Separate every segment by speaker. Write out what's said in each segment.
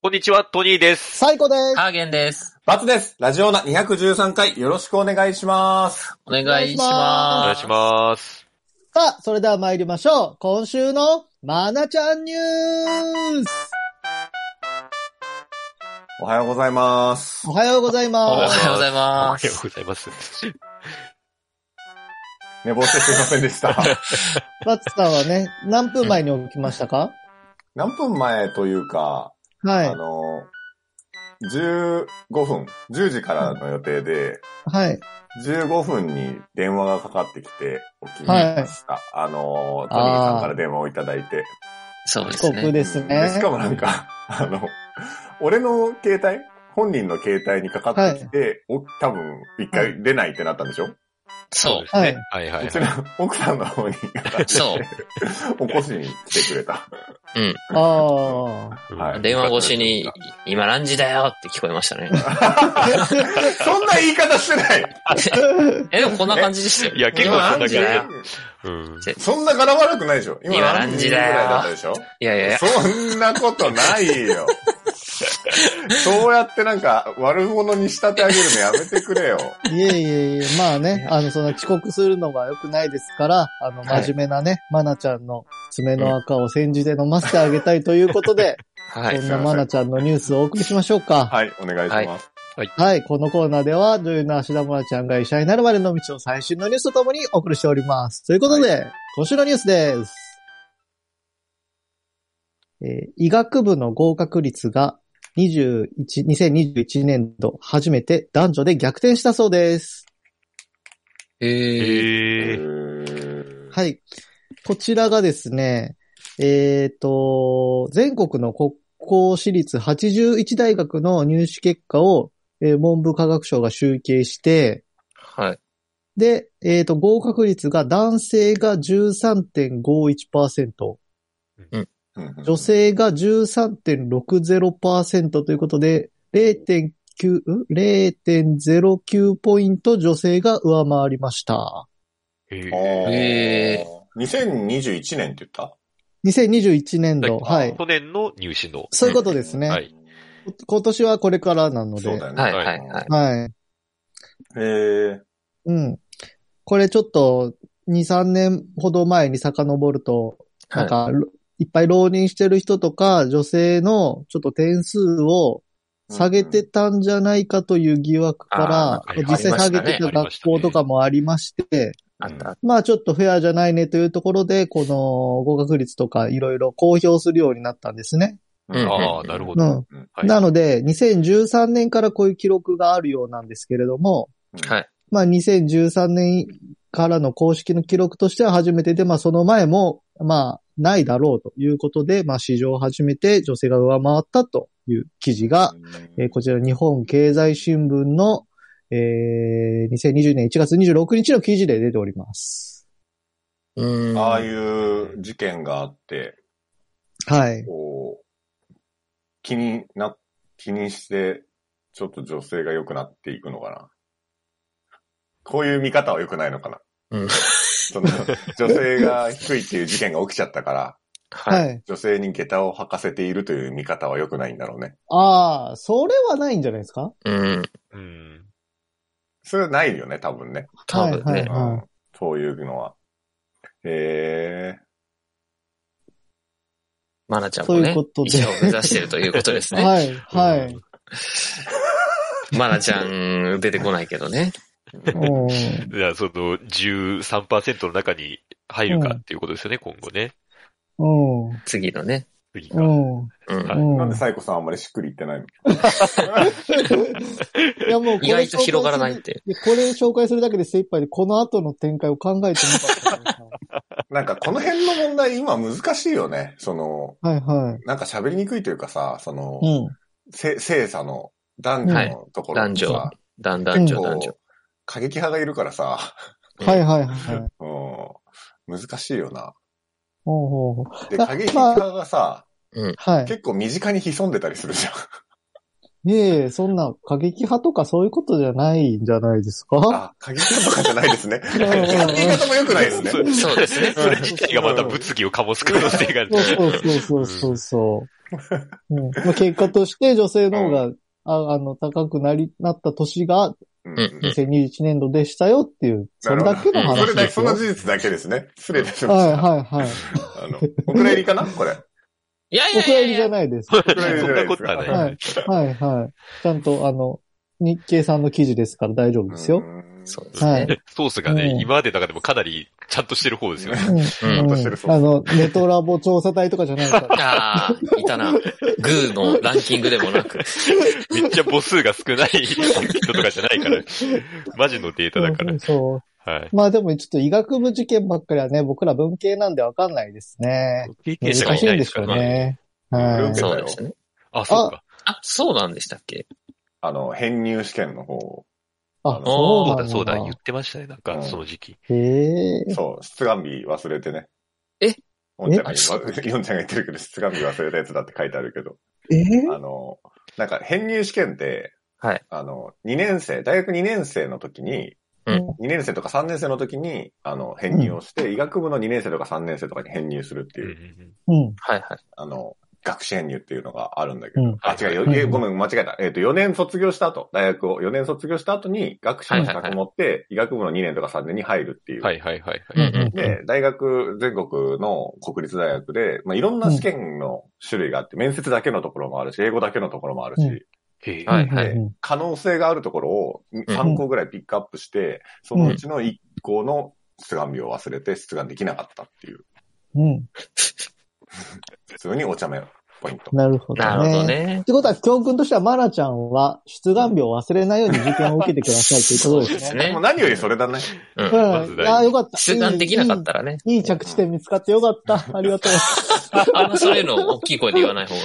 Speaker 1: こんにちは、トニーです。
Speaker 2: 最高です。
Speaker 3: ハーゲンです。
Speaker 4: バツです。ラジオナ213回よろしくお願いします。
Speaker 3: お願いし
Speaker 1: お願
Speaker 3: ま
Speaker 1: い
Speaker 3: す。
Speaker 1: します。
Speaker 2: さあ、それでは参りましょう。今週のまなちゃんニュース
Speaker 4: おはようございます
Speaker 2: お。はようござい
Speaker 3: おは
Speaker 2: ます。
Speaker 3: ようござい
Speaker 1: お
Speaker 3: ま
Speaker 1: はよ
Speaker 3: す。
Speaker 1: うございます。
Speaker 4: 寝坊してすいません でした。
Speaker 2: バツさんはね、何分前に起きましたか
Speaker 4: 何分前というか、
Speaker 2: は
Speaker 4: あ
Speaker 2: い。
Speaker 4: の、15分、10時からの予定で、
Speaker 2: はい。
Speaker 4: 15分に電話がかかってきて、起きました。あの、トニーさんから電話をいただいて。
Speaker 3: そうで
Speaker 2: 遅
Speaker 3: す
Speaker 2: 刻
Speaker 3: ね。
Speaker 2: です
Speaker 4: で
Speaker 2: ね。
Speaker 4: しかもなんか、あの、俺の携帯本人の携帯にかかってきて、お多分、一回出ないってなったんでしょ、
Speaker 3: そう
Speaker 1: ですね。はいはいう
Speaker 4: ち
Speaker 1: は
Speaker 4: の
Speaker 1: い。
Speaker 4: 奥さんの方にかかってきて
Speaker 3: そう
Speaker 4: 起こしに来てくれた。
Speaker 2: あ
Speaker 4: は
Speaker 1: う
Speaker 4: い
Speaker 1: ん
Speaker 3: 電話越しに、今何時だよって聞こえましたね。
Speaker 4: そんな言い方してない
Speaker 3: え、でもこんな感じでしたよ。
Speaker 1: いや、結構
Speaker 3: 今
Speaker 1: そんな
Speaker 3: 何
Speaker 1: 感
Speaker 3: 時
Speaker 1: じ
Speaker 3: だよ。
Speaker 1: うん。
Speaker 4: そんな柄悪くないでしょ今
Speaker 3: 今何時だよ
Speaker 4: ぐらいだったでしょ
Speaker 3: いやいやいや、
Speaker 4: そんなことな いよ。そうやってなんか悪者に仕立て上げるのやめてくれよ。
Speaker 2: あ、いえいえいえ、まあね、あの、その遅刻するのが良くないですから、あの、
Speaker 3: はい
Speaker 2: 真面目なね、まなちゃんの爪の赤を煎じで飲ませてあげたいということで、
Speaker 3: は
Speaker 2: そ
Speaker 3: い。
Speaker 2: んなまなちゃんのニュースをお送りしましょうか。
Speaker 4: はい、お願いします。
Speaker 2: はい、このコーナーでは、女優の芦田愛菜ちゃんが医者になるまでの道を最新のニュースとともにお送りしております。ということで、今週のニュースです。えー医学部の合格率が21 2021年度初めて男女で逆転したそうです。
Speaker 3: えー
Speaker 4: え
Speaker 1: えー
Speaker 4: ー
Speaker 2: はい。こちらがですね、えっ、と、全国の国公私立81大学の入試結果を、えー文部科学省が集計して、
Speaker 3: はい。
Speaker 2: で、えっ、と、合格率が男性が13.51%、
Speaker 4: うん
Speaker 2: 女性が13.60%ということで、0.9、ん0.09ポイント女性が上回りました。
Speaker 1: え
Speaker 4: あー
Speaker 1: ー
Speaker 3: え
Speaker 4: 2021年って言った
Speaker 2: 2021年度、
Speaker 4: は
Speaker 2: はいい。
Speaker 1: 去年の入試の。
Speaker 2: そういうことですね。
Speaker 1: はい。
Speaker 2: 今年はこれからなので。
Speaker 4: そうだよね。
Speaker 3: はいはいはい。
Speaker 2: はい。
Speaker 4: えー
Speaker 2: うん。これちょっと、2、3年ほど前に遡ると、なん
Speaker 3: は
Speaker 2: か、いっぱい浪人してる人とか、女性のちょっと点数を下げてたんじゃないかという疑惑か
Speaker 3: あ
Speaker 2: ら、
Speaker 3: ー
Speaker 2: 実際下げて
Speaker 3: ありましたた
Speaker 1: ね
Speaker 2: 学校とかもありまして、
Speaker 3: あった。
Speaker 2: まあちょっとフェアじゃないねというところで、この合格率とかいろいろ公表するようになったんですね。
Speaker 3: うん
Speaker 1: ああ、なるほ
Speaker 2: う
Speaker 1: ど。
Speaker 2: ん。
Speaker 1: はい
Speaker 2: なので、2013年からこういう記録があるようなんですけれども、
Speaker 3: はい。
Speaker 2: まあ2013年からの公式の記録としては初めてで、まあその前も、まあないだろうということで、まあ史上初めて女性が上回ったという記事が、えーこちら日本経済新聞の、えー2020年1月26日の記事で出ております。
Speaker 3: うーん。
Speaker 4: ああいう事件があって、
Speaker 2: はい。
Speaker 4: こう、気にな、気にして、ちょっと女性が良くなっていくのかな。こういう見方は良くないのかな。
Speaker 3: うん
Speaker 4: その、女性が低いっていう事件が起きちゃったから、
Speaker 3: は。
Speaker 2: はいい。
Speaker 4: 女性に下駄を履かせているという見方は良くないんだろうね。
Speaker 2: ああ、それはないんじゃないですか
Speaker 3: うん。
Speaker 1: うん。
Speaker 4: それはないよね、多分ね。
Speaker 3: 多分
Speaker 2: はいは
Speaker 3: ね
Speaker 2: い。
Speaker 4: うんそういうのは。へ
Speaker 3: マナちゃんも
Speaker 2: そうい
Speaker 3: ね
Speaker 2: うこと、で
Speaker 3: 医者を目指してるということですね。
Speaker 2: はい、はい。
Speaker 3: マナちゃん、出てこないけどね。
Speaker 4: ー。
Speaker 2: うん
Speaker 1: じゃあ、その13%の中に入るかっていうことですよね、今後ね。
Speaker 2: うん。
Speaker 3: 次のね。
Speaker 1: 次
Speaker 2: う
Speaker 1: が。
Speaker 2: ん。
Speaker 3: うん。
Speaker 1: は
Speaker 2: う
Speaker 4: なんでサイコさんあんまりしっくり言ってない の
Speaker 2: いやもうこれ
Speaker 3: 意外と広がらない
Speaker 2: 紹
Speaker 3: っ
Speaker 2: 介
Speaker 3: て。
Speaker 2: する。これ紹介するだけで精一杯で、この後の展開を考えてなかった ですね。
Speaker 4: なんかこの辺の問題今難しいよね。その、
Speaker 2: はいはい。
Speaker 4: なんか喋りにくいというかさ、その、
Speaker 2: うん。
Speaker 4: せ性差の男女のところ
Speaker 3: はい
Speaker 4: ってさ、
Speaker 3: 男だんだん、
Speaker 4: こう
Speaker 3: 男女。
Speaker 4: 過激派がいるからさ、
Speaker 2: はいはいはい。
Speaker 4: うん、難しいよな。
Speaker 2: ほうほうほう
Speaker 4: で、
Speaker 2: あ
Speaker 4: 過激派がさ、
Speaker 2: はい。
Speaker 4: 結構身近に潜んでたりするじゃん。
Speaker 2: いえいえ、そんな過激派とかそういうことじゃないんじゃないですか
Speaker 4: あ、過激派とかじゃないです
Speaker 2: う
Speaker 4: ね。
Speaker 2: ん
Speaker 4: 過激派って言い方も良くないですね。
Speaker 1: そう
Speaker 3: そうですね。
Speaker 1: それ自体がまた物議を醸す可能性がある。
Speaker 2: そうそうそうそうそう。うんまあ、結果として女性の方が、ああの、高くなり、なった年が
Speaker 4: うんうん
Speaker 2: 2021年度でしたよっていう、それだけの
Speaker 4: なる
Speaker 2: 話
Speaker 4: ほどそれだ
Speaker 2: で
Speaker 4: け、
Speaker 2: す
Speaker 4: そ
Speaker 2: よ。
Speaker 4: の
Speaker 2: はい
Speaker 4: 事実だけですね。失礼いたしました。
Speaker 2: はいはい。
Speaker 4: あの、お蔵入りかなこれ。
Speaker 3: いやい
Speaker 2: お
Speaker 3: やいや
Speaker 2: 蔵入
Speaker 3: い
Speaker 2: り
Speaker 3: や
Speaker 2: じゃないです。
Speaker 4: お蔵入りじ
Speaker 1: そん
Speaker 4: ゃな
Speaker 1: ない
Speaker 4: で
Speaker 1: こ
Speaker 4: す
Speaker 1: とは
Speaker 4: か
Speaker 1: ない。
Speaker 2: はい、はい、はい。ちゃんと、あの、日経さんの記事ですから大丈夫ですよ。
Speaker 4: うん
Speaker 3: そうですね。
Speaker 2: はい。
Speaker 1: ソースがね、
Speaker 2: うん
Speaker 1: 今までの中でもかなりちゃんとしてる方ですよね。
Speaker 2: うん
Speaker 3: うん
Speaker 2: うんあの、ネトラボ調査隊とかじゃないから。
Speaker 3: あ あ、いたな。グーのランキングでもなく。
Speaker 1: めっちゃ母数が少ない人とかじゃないから。マジのデータだから
Speaker 2: うん。そ
Speaker 1: はい。
Speaker 2: う。まあでもちょっと医学部受験ばっかりはね、僕ら文系なんでわかんないですね。
Speaker 1: 経験
Speaker 2: 難
Speaker 1: 者がい
Speaker 2: し
Speaker 1: ないい
Speaker 2: ん
Speaker 1: で
Speaker 2: ですし
Speaker 1: か
Speaker 2: ょう
Speaker 1: らね。
Speaker 2: ね。
Speaker 4: うん
Speaker 2: はい。
Speaker 3: そうでしたね。
Speaker 1: あ、そうか。
Speaker 3: あ、そうなんでしたっけ
Speaker 4: あの、編入試験の方、
Speaker 2: あ、
Speaker 1: そ
Speaker 2: そうう
Speaker 1: だ、
Speaker 2: だ、
Speaker 1: そ
Speaker 2: そうう
Speaker 1: だ、
Speaker 2: だ。
Speaker 1: 言ってましたね、なん
Speaker 4: う
Speaker 1: か、
Speaker 4: ん
Speaker 1: その時期。
Speaker 2: へえ。
Speaker 4: そう、出願日忘れてね。
Speaker 3: え
Speaker 4: おんちゃんが
Speaker 3: えそうだっ け
Speaker 4: 今、ヨンちゃんが言ってるけど、出願日忘れたやつだって書いてあるけど、
Speaker 2: え
Speaker 4: あの、なんか編入試験って、
Speaker 3: はい。
Speaker 4: あの、2年生、大学2年生の時に、
Speaker 3: うん
Speaker 4: 2年生とか3年生の時に、あの、編入をして、医学部の2年生とか3年生とかに編入するって
Speaker 1: う
Speaker 4: い
Speaker 1: ん
Speaker 4: う、
Speaker 1: うんうん
Speaker 2: うん。
Speaker 3: はいはい。
Speaker 4: あの、学士編入っていうのがあるんだけど、
Speaker 2: うん
Speaker 4: あ、違うよ、
Speaker 2: はい
Speaker 4: えごめん、間違えた。えっ、と、4年卒業した後、大学を4年卒業した後に、学士の資格持って、医学部の2年とか3年に入るっていう。
Speaker 1: はいはいはい
Speaker 3: うん
Speaker 1: は
Speaker 3: う
Speaker 1: い。
Speaker 3: ん。
Speaker 4: で、大学、全国の国立大学で、まあ、いろんな試験の種類があって、面接だけのところもあるし、英語だけのところもあるし、
Speaker 2: うん
Speaker 1: へえ
Speaker 3: はいはい
Speaker 2: うん
Speaker 4: 可能性があるところを3個ぐらいピックアップして、そのうちの1個の出願日を忘れて出願できなかったっていう、
Speaker 2: うん。
Speaker 4: 普通にお茶目ポイント。
Speaker 2: なるほどね。
Speaker 3: なるほど。ね
Speaker 2: っ。てことは、教訓としては、マナちゃんは、出願日を忘れないように受験を受けてくださいということですね。
Speaker 3: すね
Speaker 4: もう何よりそれだね。
Speaker 3: う。
Speaker 2: うん
Speaker 1: まず大
Speaker 2: ん。い
Speaker 1: 事
Speaker 2: や、よかった。
Speaker 3: 出願できなかったらね。
Speaker 2: いい。いい着地点見つかってよ かった。ありがとう。
Speaker 3: あんまそういうのを大きい声で言わない方が。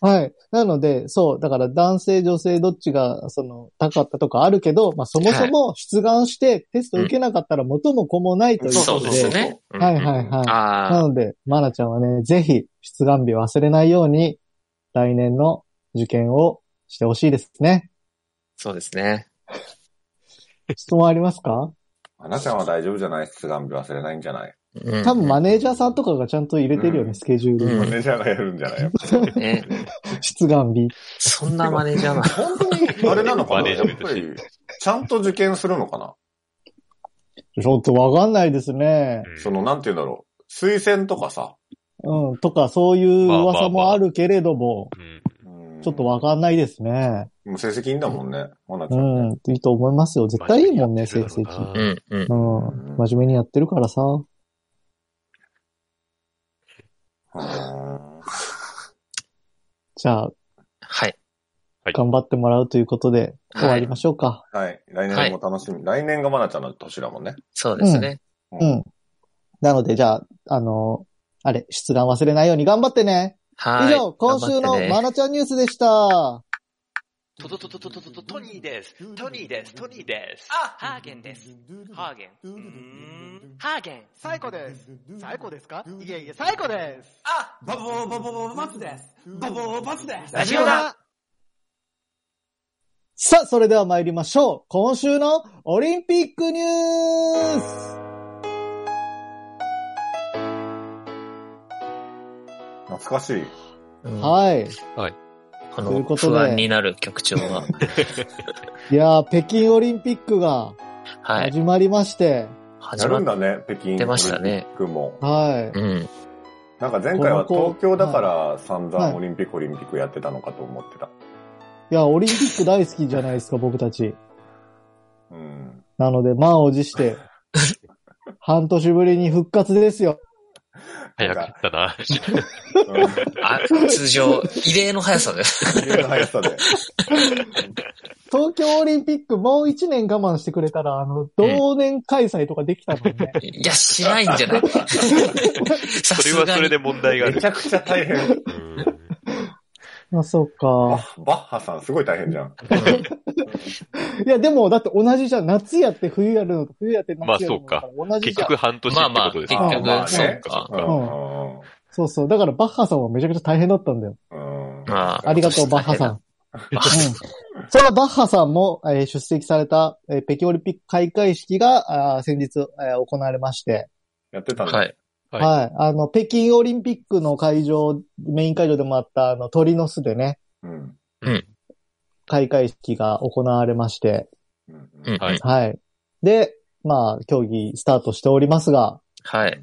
Speaker 2: はい。なので、そう、だから男性、女性、どっちが、その、高かったとかあるけど、まあ、そもそも出願してテスト受けなかったら元も子もないという
Speaker 3: そ
Speaker 2: こ
Speaker 3: う
Speaker 2: と
Speaker 3: で
Speaker 2: で。
Speaker 3: すね。うん
Speaker 2: はいはいはい。な
Speaker 3: ああ、
Speaker 2: ので、まなちゃんはね、ぜひ、出願日忘れないように、来年の受験をしてほしいですね。
Speaker 3: そうですね。
Speaker 2: 質問ありますか
Speaker 4: あなちゃんは大丈夫じゃない出願日忘れないんじゃない
Speaker 3: うん
Speaker 2: 多分マネージャーさんとかがちゃんと入れてるよね、
Speaker 4: うん
Speaker 2: スケジュール
Speaker 3: う
Speaker 4: マ
Speaker 2: に。
Speaker 3: ん
Speaker 4: ネージャーがやるんじゃないやっぱ
Speaker 3: ね
Speaker 2: 出願日。
Speaker 3: そんなマネージャーな。
Speaker 4: 本当に、あれなのか
Speaker 1: マ
Speaker 4: な
Speaker 1: ネー
Speaker 4: や
Speaker 1: ジメ
Speaker 4: っ
Speaker 1: ント
Speaker 4: ぱ
Speaker 1: して
Speaker 4: り、ちゃんと受験するのかな
Speaker 2: ちょっとわかんないですね。
Speaker 1: うん
Speaker 4: その、なんて言うんだろう。推薦とかさ。
Speaker 2: うん、とか、そういう噂もあるけれども、
Speaker 1: うん
Speaker 4: うん
Speaker 2: ちょっとわかんないですね。
Speaker 4: もう成績いいんだもんね。まなち
Speaker 2: う
Speaker 4: ゃんね。
Speaker 2: ん、いいと思いますよ。絶対いいもんね、成績。
Speaker 3: う。んうん。
Speaker 2: うん、真面目にやってるからさ。
Speaker 4: うん
Speaker 2: じゃあ、
Speaker 3: はい。
Speaker 2: 頑張ってもらうということで、
Speaker 3: はい
Speaker 2: 終わりましょうか。
Speaker 4: はい。来年も楽しみ。来年がまなちゃんの年だもんね。
Speaker 3: そうですね。
Speaker 4: う
Speaker 2: うん。なので、じゃあ、あの、あれ、出願忘れないように頑張ってね。
Speaker 3: はい。
Speaker 2: 以上、今週
Speaker 3: 頑張っ
Speaker 2: の
Speaker 3: てね
Speaker 2: まなちゃんニュースでした。
Speaker 5: トトトトトトトトトニーです。トニーです。トニーです。あ、ハーゲンです。ハーゲン。うーんハーゲン。
Speaker 6: 最高です。最高ですかいえいえ、最高です。
Speaker 5: あ、バボーバボーバボーバツです。バボーバツです。
Speaker 6: ラジオだ
Speaker 2: さあ、それでは参りましょう。今週のオリンピックニュース
Speaker 4: 懐かしい。
Speaker 3: うん
Speaker 2: はい。
Speaker 3: こと
Speaker 2: い
Speaker 3: の
Speaker 2: うことで
Speaker 3: 不安になる局長が。
Speaker 2: いやー、北京オリンピックが
Speaker 3: はい。
Speaker 2: 始まりまして、
Speaker 4: や
Speaker 3: 始ま
Speaker 4: る
Speaker 3: っ
Speaker 4: んだね、北京。
Speaker 3: 出ましたね。
Speaker 4: も。
Speaker 2: は
Speaker 3: うん。
Speaker 4: なんか前回は
Speaker 2: この子
Speaker 4: 東京だから散
Speaker 2: はい
Speaker 4: 々オリンピックオリンピックやってたのかと思ってた。
Speaker 2: い。いや、オリンピック大好きじゃないです か、僕たち。
Speaker 4: うん。
Speaker 2: なので、満を持して、 半年ぶりに復活ですよ。
Speaker 1: 早かったな。
Speaker 3: あ、通常、異例の速さです。
Speaker 4: 異例の速さで。
Speaker 2: 東京オリンピックもう1年我慢してくれたら、あの、同年開催とかできたの にね。
Speaker 3: いや、しないんじゃないさ
Speaker 1: そ
Speaker 3: す
Speaker 1: れは
Speaker 3: が
Speaker 1: それ
Speaker 3: に。
Speaker 1: で問題があ
Speaker 4: め
Speaker 1: る
Speaker 4: ち。ゃくちゃ大変。
Speaker 1: うん
Speaker 2: あ、そう
Speaker 4: バ
Speaker 2: か。
Speaker 4: ッバッハさんすごい大変じゃん。
Speaker 3: うん
Speaker 2: いや、でも、だって同じじゃん。夏やって冬やるのと、冬やって夏やるのと
Speaker 1: まあそうか。
Speaker 2: 同じ
Speaker 1: 結
Speaker 2: じゃん。
Speaker 1: 局半年って
Speaker 3: まあま
Speaker 1: こ
Speaker 3: あ、
Speaker 1: とで
Speaker 3: 結
Speaker 1: すね。
Speaker 2: まあ
Speaker 3: 局、
Speaker 2: まあ
Speaker 3: そうか。
Speaker 4: うんうんうん
Speaker 2: そうそう。だからバッハさんはめちゃくちゃ大変だったんだよ。
Speaker 4: うん。
Speaker 3: まあ
Speaker 2: ありがとう、バッハさ ん。うんそれはバッハさんも、えー出席された、えー北京オリンピック開会式が、あー先日、えー行われまして、
Speaker 4: やってたんだ。
Speaker 3: はい。
Speaker 1: は
Speaker 2: はいい、あの、北京オリンピックの会場、メイン会場でもあった、あの、鳥の巣でね、
Speaker 4: うん。
Speaker 2: 開会式が行われまして、
Speaker 4: うん。
Speaker 3: うん
Speaker 1: はい
Speaker 2: はい。で、まあ、競技スタートしておりますが、
Speaker 3: はい。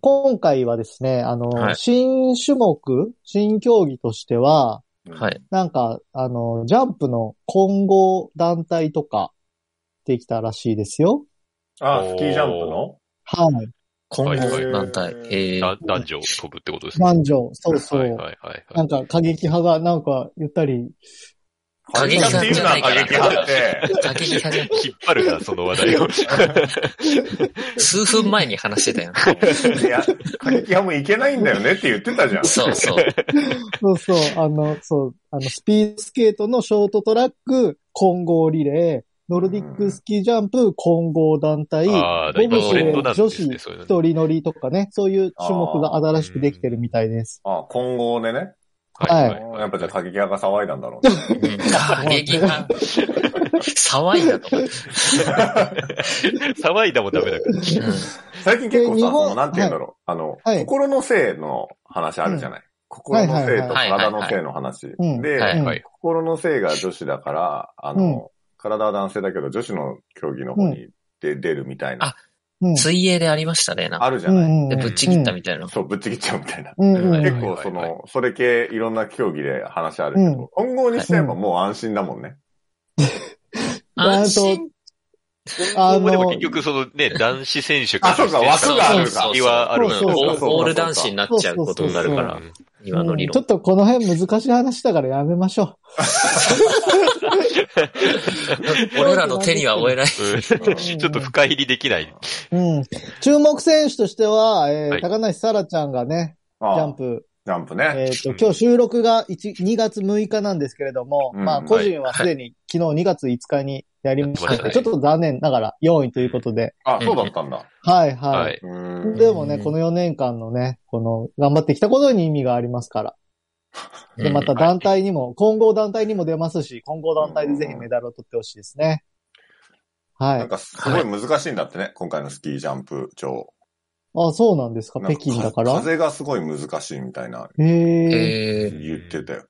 Speaker 2: 今回はですね、あの、
Speaker 3: はい
Speaker 2: 新種目、新競技としては、
Speaker 4: うん
Speaker 3: は。い。
Speaker 2: なんか、あの、ジャンプの混合団体とか、できたらしいですよ。
Speaker 4: あ、スキージャンプの
Speaker 2: はい。
Speaker 3: 今後団体。えー
Speaker 1: だ男女飛ぶってことですね。
Speaker 2: 男女、そうそう。
Speaker 1: はいはいはいは
Speaker 2: なんか、過激派が、なんか、言ったり、
Speaker 3: 過激派
Speaker 4: っていう
Speaker 3: じゃ
Speaker 4: の
Speaker 3: な
Speaker 4: は
Speaker 3: いか
Speaker 4: 過
Speaker 3: ら
Speaker 4: 激派って。
Speaker 3: 過激派じゃん
Speaker 1: い。引っ張るな、その話題を。
Speaker 3: 数分前に話してたよ。
Speaker 4: いや、過激派もいけないんだよねって言ってたじゃん。
Speaker 3: そうそう。
Speaker 2: そうそう、あの、そう、あの、スピードスケートのショートトラック、混合リレー、ノルディックスキージャンプ、混合団体、
Speaker 1: ああ、だい
Speaker 2: ボ
Speaker 1: ぶ
Speaker 2: ブ
Speaker 1: ト
Speaker 2: ス
Speaker 1: レ
Speaker 2: レ
Speaker 1: ンドな
Speaker 2: ー
Speaker 1: んで
Speaker 2: 女
Speaker 1: す
Speaker 2: 子
Speaker 1: ね、そういう
Speaker 2: 一
Speaker 1: のね。
Speaker 2: 人乗りとかね、そういう種目が新しくできてるみたいです。
Speaker 4: あ、混合でね。
Speaker 2: はい
Speaker 4: やっぱじゃあ過激派が騒いだんだろう ね。
Speaker 3: うん過激派。騒いだと思って。
Speaker 1: 騒いだもダメだから。
Speaker 3: う
Speaker 4: 最近結構
Speaker 2: で
Speaker 4: さ、
Speaker 2: 日本
Speaker 4: その、なんて言うんだろう。あの、
Speaker 2: はい
Speaker 4: 心の性の話あるじゃない。心の
Speaker 3: は
Speaker 4: 性と
Speaker 3: いはいはい
Speaker 4: 体の性の話。
Speaker 2: いはい
Speaker 4: で、
Speaker 3: は
Speaker 1: はい
Speaker 2: うん
Speaker 1: はい。
Speaker 4: 心の性が女子だから、あの、
Speaker 2: うん
Speaker 4: 体は男性だけど女子の競技の方にで、出るみたいな。
Speaker 3: あ
Speaker 2: うん
Speaker 3: ん水泳でありましたね、なん
Speaker 4: あ
Speaker 3: か。
Speaker 4: るじゃ
Speaker 2: う
Speaker 4: ない。
Speaker 2: ん
Speaker 3: で、ぶっちぎったみたいな。
Speaker 4: そう、ぶっちぎっちゃうみたいな。
Speaker 2: うんうん
Speaker 1: はい
Speaker 2: うん
Speaker 4: 結構そ
Speaker 1: はいはい
Speaker 4: の、それ系いろんな競技で話あるけ
Speaker 2: う
Speaker 4: ど、
Speaker 2: ん
Speaker 4: 混合にしちゃえばもう安心だもんね。
Speaker 3: 安心。
Speaker 2: あ
Speaker 1: 今後でも
Speaker 2: の
Speaker 1: 結、局、そのね、男子選手
Speaker 4: あ、そうか、枠があ
Speaker 3: そうそう
Speaker 4: るか
Speaker 1: そう。はあるわけ
Speaker 2: そう
Speaker 3: オ
Speaker 2: そう
Speaker 3: ーオール男子になっちゃうことになるか
Speaker 1: う
Speaker 3: ら
Speaker 1: ん、
Speaker 3: 今の理
Speaker 2: うんちょ
Speaker 3: 論
Speaker 2: っ。とこの辺難しい話だからやめましょ
Speaker 3: 俺らの手には負えない。
Speaker 1: うん ちょっと深入りできない。
Speaker 2: う。うん。注目選手としては、えー
Speaker 1: はい
Speaker 2: 高梨沙羅ちゃんがね、
Speaker 4: あ
Speaker 2: ジ
Speaker 4: あ
Speaker 2: ャンプ、
Speaker 4: ジャンプね。
Speaker 2: えっ、と、今日収録が1、2月6日なんですけれども、
Speaker 4: うん
Speaker 2: まあ、
Speaker 4: はい
Speaker 2: 個人はすでに昨日2月5日にやりまし
Speaker 1: は
Speaker 2: た
Speaker 1: い
Speaker 2: けど、ちょっと残念ながら4位ということで。
Speaker 4: あ、そうだったんだ。
Speaker 2: はいはい。
Speaker 1: はい。
Speaker 4: うーん。
Speaker 2: でもね、この4年間のね、この、頑張ってきたことに意味がありますから。 で、また団体にも、混合団体にも出ますし、混合団体でぜひメダルを取ってほしいですね。は
Speaker 4: ないん。かすごい難しいんだってね、今回のスキージャンプ場。
Speaker 2: あ、そうなんですか、
Speaker 4: なん
Speaker 2: 北京だから。
Speaker 4: 風がすごい難しいみたいな
Speaker 2: へ
Speaker 3: うん
Speaker 2: え
Speaker 3: えー
Speaker 4: 言ってたよ。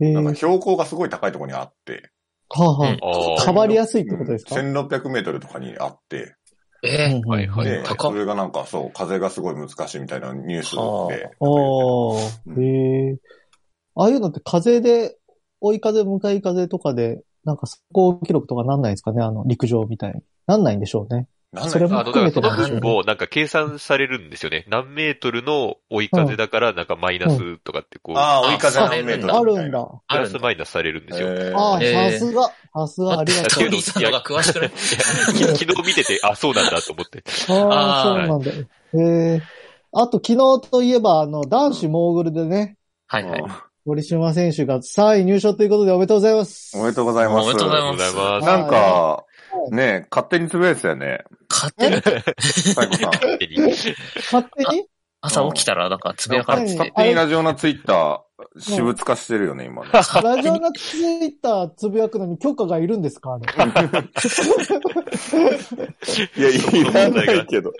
Speaker 2: ー、え
Speaker 4: なんか
Speaker 2: ー、
Speaker 4: 標高がすごい高いところにあって。
Speaker 2: はあ、は
Speaker 3: うん
Speaker 1: あ
Speaker 2: かばりやすいってことですか
Speaker 4: うん ?1600 メートルとかにあっ
Speaker 2: あ。
Speaker 4: て。
Speaker 3: え
Speaker 2: うん
Speaker 1: はいは
Speaker 4: で、
Speaker 3: 高っ
Speaker 4: それがなんかそう、風がすごい難しいみたいなニュースで。
Speaker 2: あ
Speaker 4: う
Speaker 2: あ、
Speaker 4: ん
Speaker 2: へえ。ああいうのって風で、追い風、向かい風とかで、なんか最高記録とかなんないですかねあの、陸上みたいに。なんないんでしょうね。
Speaker 4: なん
Speaker 2: そ
Speaker 4: だ
Speaker 2: れ
Speaker 4: よ
Speaker 2: も
Speaker 1: あの、だからその
Speaker 3: 含め
Speaker 1: 分
Speaker 3: て
Speaker 1: をなんか計算されるんですよね。何メートルの追い風だから、なんかマイナスとかってこう、
Speaker 4: ああ、追い風
Speaker 3: あ
Speaker 4: 何メートル
Speaker 2: あるん
Speaker 4: み
Speaker 2: だ。
Speaker 1: プ
Speaker 3: あ
Speaker 1: ラ
Speaker 3: るん
Speaker 1: ス
Speaker 3: だ。
Speaker 1: マイナスされるんで
Speaker 4: た
Speaker 1: す
Speaker 4: い
Speaker 1: よ。
Speaker 4: な。
Speaker 2: ああ、
Speaker 4: えー
Speaker 3: えー
Speaker 2: さすが。さすが、ありがと
Speaker 1: だ けど
Speaker 3: トミーさんの方が詳しくない。
Speaker 1: いや昨日見てて、あ、そうなんだと思って。
Speaker 2: う。ああ、そうなんだ。へえ。あと、昨日といえば、あの、男子モーグルでね、
Speaker 3: はいはい。
Speaker 2: 森島選手が3位入賞ということでおめでとうございます。
Speaker 4: おめでとうございま
Speaker 3: お
Speaker 4: す。
Speaker 3: めでとうござい
Speaker 1: ありがとうございま
Speaker 2: ます
Speaker 1: す。
Speaker 4: なんか、ね勝手につぶやいてたよね、
Speaker 3: 勝手に
Speaker 4: サイコさん。
Speaker 1: 勝手に
Speaker 2: 勝手に
Speaker 3: 朝起きたら、なんか、つぶやか
Speaker 4: 勝
Speaker 3: れてて。
Speaker 4: 手にラジオのツイッター、私物化してるよね、今ね。
Speaker 2: ラジオのツイッターつぶやくのに許可がいるんですかあれ。
Speaker 4: いや、
Speaker 1: そこの問
Speaker 4: いら
Speaker 1: 題が
Speaker 4: ないけど。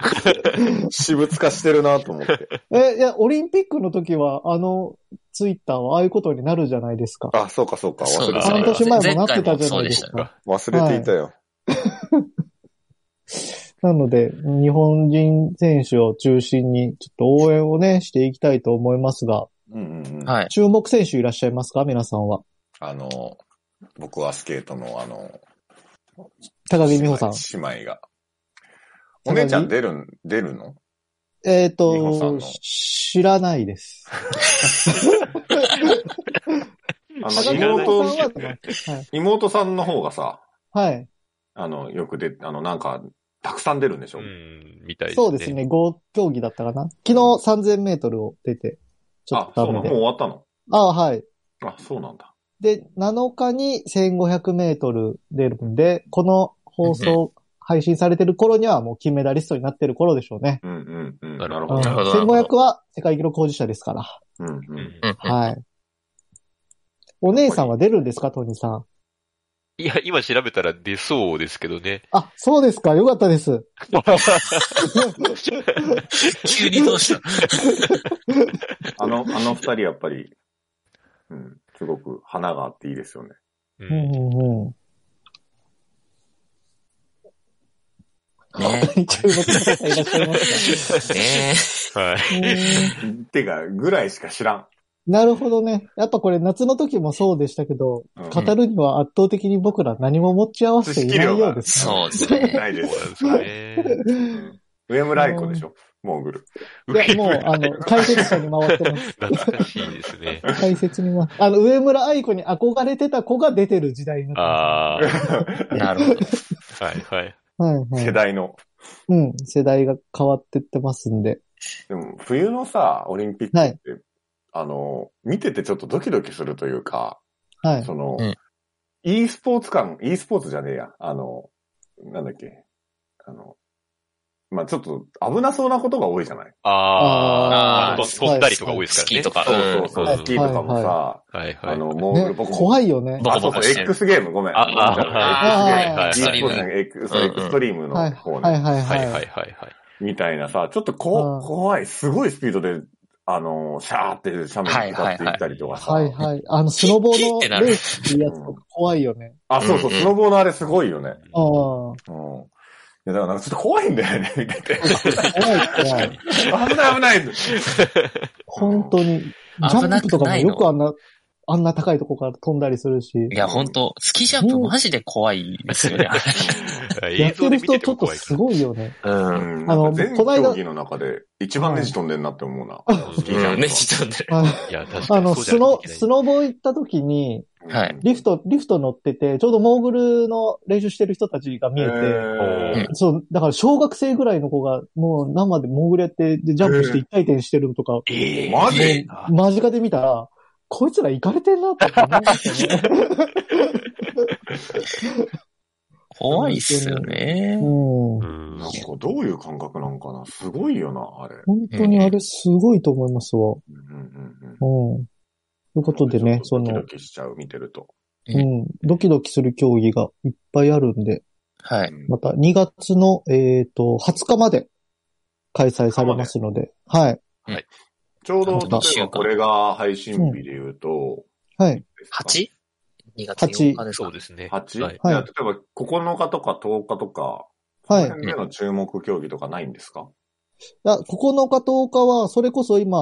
Speaker 4: 私物化してるなと思 って。
Speaker 2: え、いや、オリンピックの時は、あの、ツイッターはああいうことになるじゃないですか。
Speaker 4: あ、そうかそうか、忘れ
Speaker 1: そ
Speaker 4: て
Speaker 1: うだ
Speaker 4: た
Speaker 2: 半
Speaker 4: よ。
Speaker 2: 年前もなってたじゃないです
Speaker 3: 前回もそうでした
Speaker 1: ね
Speaker 2: か。
Speaker 4: 忘れていたよ。
Speaker 2: なので、日本人選手を中心に、ちょっと応援をね、していきたいと思いますが、
Speaker 4: うんうんうん。
Speaker 3: はい。
Speaker 2: 注目選手いらっしゃいますか皆さんは。
Speaker 4: あの、僕はスケートのあの、
Speaker 2: 高木美帆さん。
Speaker 4: ん。姉妹が。お姉ちゃん出るん、出るの
Speaker 2: えっ、
Speaker 4: 美帆さん
Speaker 2: と
Speaker 4: の、
Speaker 2: 知らないです。
Speaker 4: あ
Speaker 2: 高
Speaker 4: の、
Speaker 2: 木美帆さん
Speaker 4: 妹、
Speaker 2: は、
Speaker 4: 妹さんの方がさ、
Speaker 2: はい。
Speaker 4: あの、よく出、あの、なんか、たくさん出るんでし
Speaker 1: う
Speaker 4: ょ、
Speaker 1: ん、みたいですね。
Speaker 2: そうですね、合競技だったかな。昨日3000メートルを出て、ちょ
Speaker 4: あ
Speaker 2: っ、と
Speaker 4: そ
Speaker 2: ダ
Speaker 4: うなの
Speaker 2: メ
Speaker 4: もう
Speaker 2: で。
Speaker 4: 終わったの
Speaker 2: ああ、はい。
Speaker 4: あ、そうなんだ。
Speaker 2: で、7日に1500メートル出るんで、この放送配信されてる頃にはもう金メダリストになってる頃でしょうね。
Speaker 4: うんうんうん。
Speaker 1: なる
Speaker 2: うん、
Speaker 1: ほ
Speaker 3: なるほどなるほど
Speaker 2: 1500は世界記録保持者ですから。
Speaker 4: うんうん。
Speaker 3: うん
Speaker 2: はい。お姉さんは出るんですか、トニーさん。
Speaker 1: いや、今調べたら出そうですけど ね。
Speaker 2: あ、そうですか。よかったです。
Speaker 3: 急にどうした
Speaker 4: あの、あの二人やっぱり、うん、すごく花があっていいですよね。
Speaker 1: う。
Speaker 2: うんんうん。
Speaker 3: ね
Speaker 2: 他に注目の方いらっしゃいます
Speaker 3: ね
Speaker 1: はい。
Speaker 2: かうーん
Speaker 4: てか、ぐらいしか知らん。
Speaker 2: なるほどね。やっぱこれ夏の時もそうでしたけど、
Speaker 4: うん
Speaker 2: 語るには圧倒的に僕ら何も持ち合わせていないようで
Speaker 3: え。
Speaker 2: す、
Speaker 3: そうですね。
Speaker 4: ないで。
Speaker 1: そうなんですすか
Speaker 4: はい。
Speaker 1: ね。
Speaker 4: うん上村愛子でしょモーグル。
Speaker 2: いや、もう、あの、解説者に回ってます。
Speaker 1: 懐かしいですね。
Speaker 2: 解説に回あの、上村愛子に憧れてた子が出てる時代になって
Speaker 1: ああ、
Speaker 3: なるほど。
Speaker 1: はいはい。
Speaker 2: ます。はい
Speaker 4: 世
Speaker 2: はい。
Speaker 4: 代の。
Speaker 2: うん、世代が変わってってますんで。
Speaker 4: でも、冬のさ、オリンピック
Speaker 2: はい、
Speaker 4: あの、見ててちょっとドキドキするというか、
Speaker 2: はい。
Speaker 4: その、
Speaker 3: うん
Speaker 4: e スポーツ感、e スポーツじゃねえや。あの、なんだっけ。あの、まあちょっと危なそうなことが多いじゃない
Speaker 1: あ
Speaker 3: あ
Speaker 1: あ、
Speaker 3: ー
Speaker 1: と飛んだりとか多いですからね。
Speaker 3: スキーとか
Speaker 4: そうそう
Speaker 1: う
Speaker 4: そ
Speaker 1: ん
Speaker 4: う。スキーとかもさ、
Speaker 1: はいはい。
Speaker 4: あの、
Speaker 1: はい
Speaker 4: モーグ
Speaker 2: ね
Speaker 4: ル、僕、
Speaker 2: 怖いよね。
Speaker 3: ボコ
Speaker 4: あ、そ
Speaker 3: ボ
Speaker 4: うそ
Speaker 3: コ
Speaker 4: う、
Speaker 3: してる。
Speaker 4: X ゲーム、ごめん。
Speaker 1: ああー
Speaker 4: X ゲーム
Speaker 3: はいはい
Speaker 4: X ゲーム、X そう
Speaker 3: うんうん
Speaker 4: エクストリーム
Speaker 2: はい
Speaker 4: の方
Speaker 2: はいは
Speaker 4: ね。
Speaker 2: い
Speaker 1: はいは
Speaker 2: は
Speaker 1: い
Speaker 2: い。
Speaker 1: はい。
Speaker 4: みたいなさ、ちょっと
Speaker 2: う
Speaker 4: こ
Speaker 2: ん
Speaker 4: 怖い、すごいスピードで、あのー、シャーって斜面に向かっていったりとかさ。
Speaker 2: はいはい。あの、スノボのレースっていうやつ
Speaker 4: う
Speaker 2: と
Speaker 4: ん
Speaker 2: か怖いよね。
Speaker 4: あ、そうそう、
Speaker 3: うんうん
Speaker 4: スノボーのあれすごいよね。
Speaker 2: ああ。怖
Speaker 4: うん。いや、だからなんかちょっと怖いんだよね、見てて。
Speaker 2: い怖い。
Speaker 4: 危ない危ない。
Speaker 2: 本当に。ジャンプとかもよくあんな、あんな高いとこから飛んだりするし。
Speaker 3: いや、本当スキージャンプマジで怖いですよね。
Speaker 2: や
Speaker 1: 映
Speaker 2: って
Speaker 1: 像
Speaker 2: る
Speaker 1: で見
Speaker 2: 人
Speaker 1: て
Speaker 2: ち
Speaker 1: て
Speaker 2: ょっ
Speaker 1: も
Speaker 2: と
Speaker 1: 怖い
Speaker 2: す
Speaker 1: か
Speaker 2: ごいよね。
Speaker 3: うん。うん
Speaker 4: うん。
Speaker 2: あの
Speaker 4: なんか全
Speaker 2: この間
Speaker 4: 競技の中で一番ネジ飛んでんなって思うな。
Speaker 1: ら。
Speaker 4: スキージャンプ
Speaker 3: ね、ちょっとね。
Speaker 2: あ
Speaker 1: いや、確か
Speaker 2: あ
Speaker 1: に。
Speaker 2: の、
Speaker 1: そう
Speaker 2: ス
Speaker 1: じゃな
Speaker 2: ノ
Speaker 1: き、ゃいけ
Speaker 2: スノボ行った時に、
Speaker 3: はい
Speaker 2: リフト、リフト乗ってて、ちょうどモーグルの練習してる人たちが見えて、
Speaker 4: えー
Speaker 2: そう、だから小学生ぐらいの子が、もう生でモーグルやって、でジャンプして一回転してるのとか、
Speaker 1: ないえー
Speaker 4: マジ
Speaker 2: で間近で見たら、こいつら行かれてんなって思いました ね。
Speaker 3: 怖いっすよね
Speaker 2: うん。。
Speaker 1: う
Speaker 2: 本
Speaker 1: ん
Speaker 4: なんかどういう感覚なんかなすごいよな、あれ。
Speaker 2: 当にあれすごいと思いますわ。
Speaker 4: うんうんうんうん。
Speaker 2: うん。ということでね、
Speaker 4: ちょ
Speaker 2: そ
Speaker 4: っと
Speaker 2: の
Speaker 4: ド、キドキしちゃう、見てると。
Speaker 2: うん、ドキドキする競技がいっぱいあるんで、
Speaker 3: は
Speaker 4: う
Speaker 3: い。
Speaker 4: ん
Speaker 2: また2月の、えっ、と、20日まで開催されますので、はい、
Speaker 4: ちょうど、
Speaker 3: ちょっと
Speaker 4: 例えばこれが配信日で言うと、
Speaker 2: はい、
Speaker 3: 8?2 月4日です
Speaker 1: そ
Speaker 3: か
Speaker 1: うですね。
Speaker 4: 8?
Speaker 1: はい
Speaker 4: いや例えば9日とか10日とか、
Speaker 2: はい。
Speaker 4: その辺での注目競技とかないんですか
Speaker 2: いや、9日10日は、それこそ今、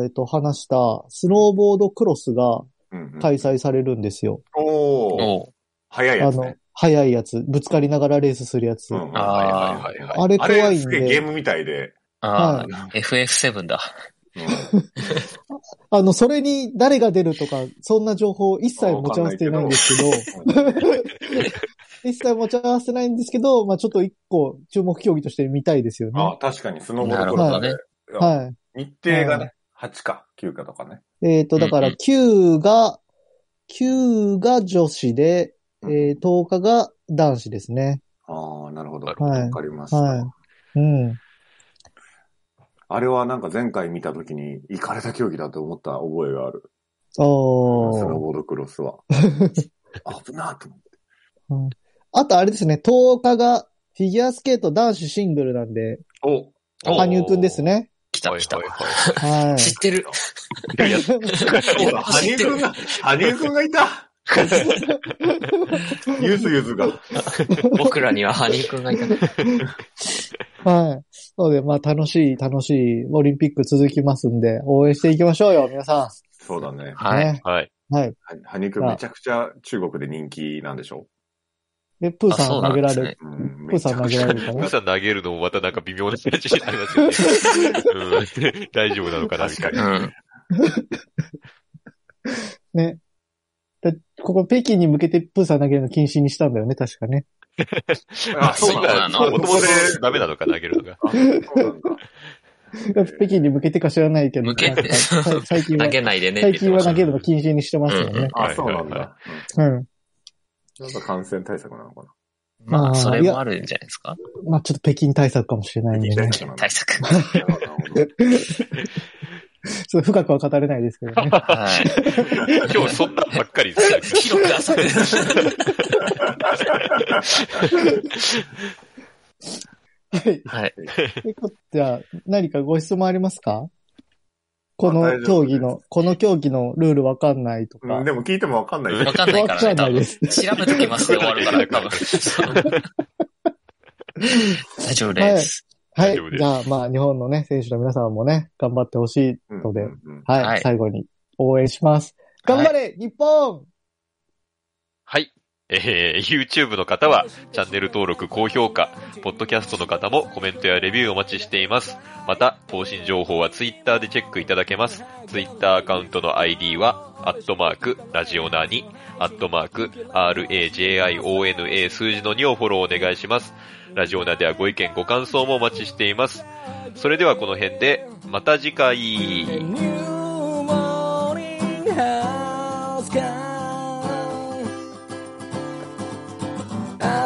Speaker 2: あえっと、話した、スノーボードクロスが
Speaker 4: うんうん。
Speaker 2: 開催されるんですよ。
Speaker 4: おお
Speaker 3: おう
Speaker 4: 早いや
Speaker 2: あ
Speaker 4: つ
Speaker 2: の
Speaker 4: ね。、
Speaker 2: 速いやつ、ぶつかりながらレースするやつ。
Speaker 4: うんうん
Speaker 3: あー
Speaker 1: はいはいはいはい。
Speaker 2: あれ
Speaker 4: あ
Speaker 2: 怖
Speaker 4: れ
Speaker 2: いん
Speaker 4: すげえゲー
Speaker 2: で、
Speaker 4: ムみたいで。
Speaker 3: あ
Speaker 2: は
Speaker 3: あ、FF7 だ。
Speaker 4: うん
Speaker 2: あの、それに誰が出るとか、そんな情報一切持ち合わせてないんですけど、一切持ち合わせてないんですけど、まあちょっと一個注目競技として見たいですよ
Speaker 4: あ
Speaker 2: ね。
Speaker 4: 確かにスノーボ
Speaker 3: な
Speaker 4: ード
Speaker 3: る
Speaker 4: ク
Speaker 3: ほ
Speaker 4: ロ
Speaker 3: ど
Speaker 4: スで
Speaker 3: ね。
Speaker 2: は
Speaker 4: 日程がね、8か9かとかね。
Speaker 2: い。えっ、と、だか
Speaker 3: う
Speaker 2: ら
Speaker 3: んうん
Speaker 2: 9が、9が女子で、えー、10日が男子ですね。
Speaker 4: ああ、なるほど。
Speaker 1: は
Speaker 4: わ
Speaker 1: い
Speaker 4: かりました。
Speaker 2: はい。うん。
Speaker 4: あれはなんか前回見たときに、行かれた競技だと思った覚えがある。スノー
Speaker 2: おー
Speaker 4: ボードクロ スは。危なーと思って。
Speaker 2: あとあれですね、10日がフィギュアスケート男子シングルなんで、
Speaker 4: お
Speaker 3: おう
Speaker 2: 羽生くんですね。
Speaker 3: 来た来た
Speaker 1: はい。は
Speaker 2: は
Speaker 3: 知ってる。
Speaker 1: いはい。
Speaker 4: そうだ、羽生くんが、羽生くんがいたゆずゆずが。
Speaker 3: 僕らには羽生くんがいたね。
Speaker 2: い。はい。そうで、まあ楽しい、楽しいオリンピック続きますんで、応援していきましょうよ、皆さ
Speaker 4: そうだね。
Speaker 2: ん。
Speaker 3: はい。
Speaker 2: ね。
Speaker 1: はい。
Speaker 2: はい。
Speaker 4: は羽生くんめちゃくちゃ中国で人気なんでしょ
Speaker 2: で、プーさ
Speaker 3: あそ
Speaker 2: ん
Speaker 3: うな
Speaker 2: 投
Speaker 3: ん
Speaker 2: げ
Speaker 3: で
Speaker 2: ら
Speaker 3: す
Speaker 2: れ
Speaker 3: ね
Speaker 2: る。
Speaker 4: うん。
Speaker 2: プーさん投げられるか
Speaker 1: ふ
Speaker 2: な
Speaker 1: うさん投げるのもまたなんか微妙な形になりますよね。 うん大丈夫なのかなみたいな。
Speaker 3: うん。
Speaker 2: ね。でここ北京に向けてプーさん投げるの禁止にしたんだよね、確かね。
Speaker 4: あ、そう
Speaker 3: そうな
Speaker 4: な
Speaker 3: の
Speaker 4: の
Speaker 1: もともとダメなのか、投げるの が。
Speaker 2: 北京に向けてか知らないけど、
Speaker 3: 向けて
Speaker 2: なんかさ最近は
Speaker 3: 投、げないでね。
Speaker 2: 最近は投げるの禁止にしてますよね。
Speaker 4: あ、そうなんだ。
Speaker 2: うん。
Speaker 4: なんか感染対策なのかな
Speaker 3: ま
Speaker 2: あー
Speaker 3: あ、それもあるんじゃないですか
Speaker 2: まあちょっと北京対策かもしれないんでね。
Speaker 3: 対策。
Speaker 2: ちょっと深くは語れないですけどね。
Speaker 3: はい。
Speaker 1: 今日そんなんばっかりですね
Speaker 5: 広く浅く。
Speaker 2: はい。
Speaker 3: はい。
Speaker 2: ということでじゃあ、何かご質問ありますかこ
Speaker 4: あ
Speaker 2: の
Speaker 4: 大丈
Speaker 2: 競
Speaker 4: 夫です
Speaker 2: 技の、この競技のルールわかんないとか。
Speaker 4: でも聞いてもわかんない
Speaker 1: うん
Speaker 3: わかんないからね、
Speaker 2: わかんな
Speaker 3: 多
Speaker 2: い
Speaker 3: 分。
Speaker 2: です
Speaker 3: 調べときますで終わるから、 多分。大丈夫です。
Speaker 2: はい。
Speaker 1: 大丈夫です
Speaker 2: じゃあ、まあ、日本のね、選手の皆さんもね、頑張ってほしいので、はい、
Speaker 3: はい
Speaker 2: 最後に応援します。頑張れ、日本
Speaker 1: はい。えー、YouTube の方は、チャンネル登録、高評価、ポッドキャストの方もコメントやレビューお待ちしています。また、更新情報は Twitter でチェックいただけます。Twitter アカウントの ID は、アットマーク、ラジオナーに、アットマーク、RAJIONA 数字の2をフォローお願いします。ラジオナではご意見、ご感想もお待ちしています。それではこの辺で、また次回。
Speaker 7: ニューモーニングハウスか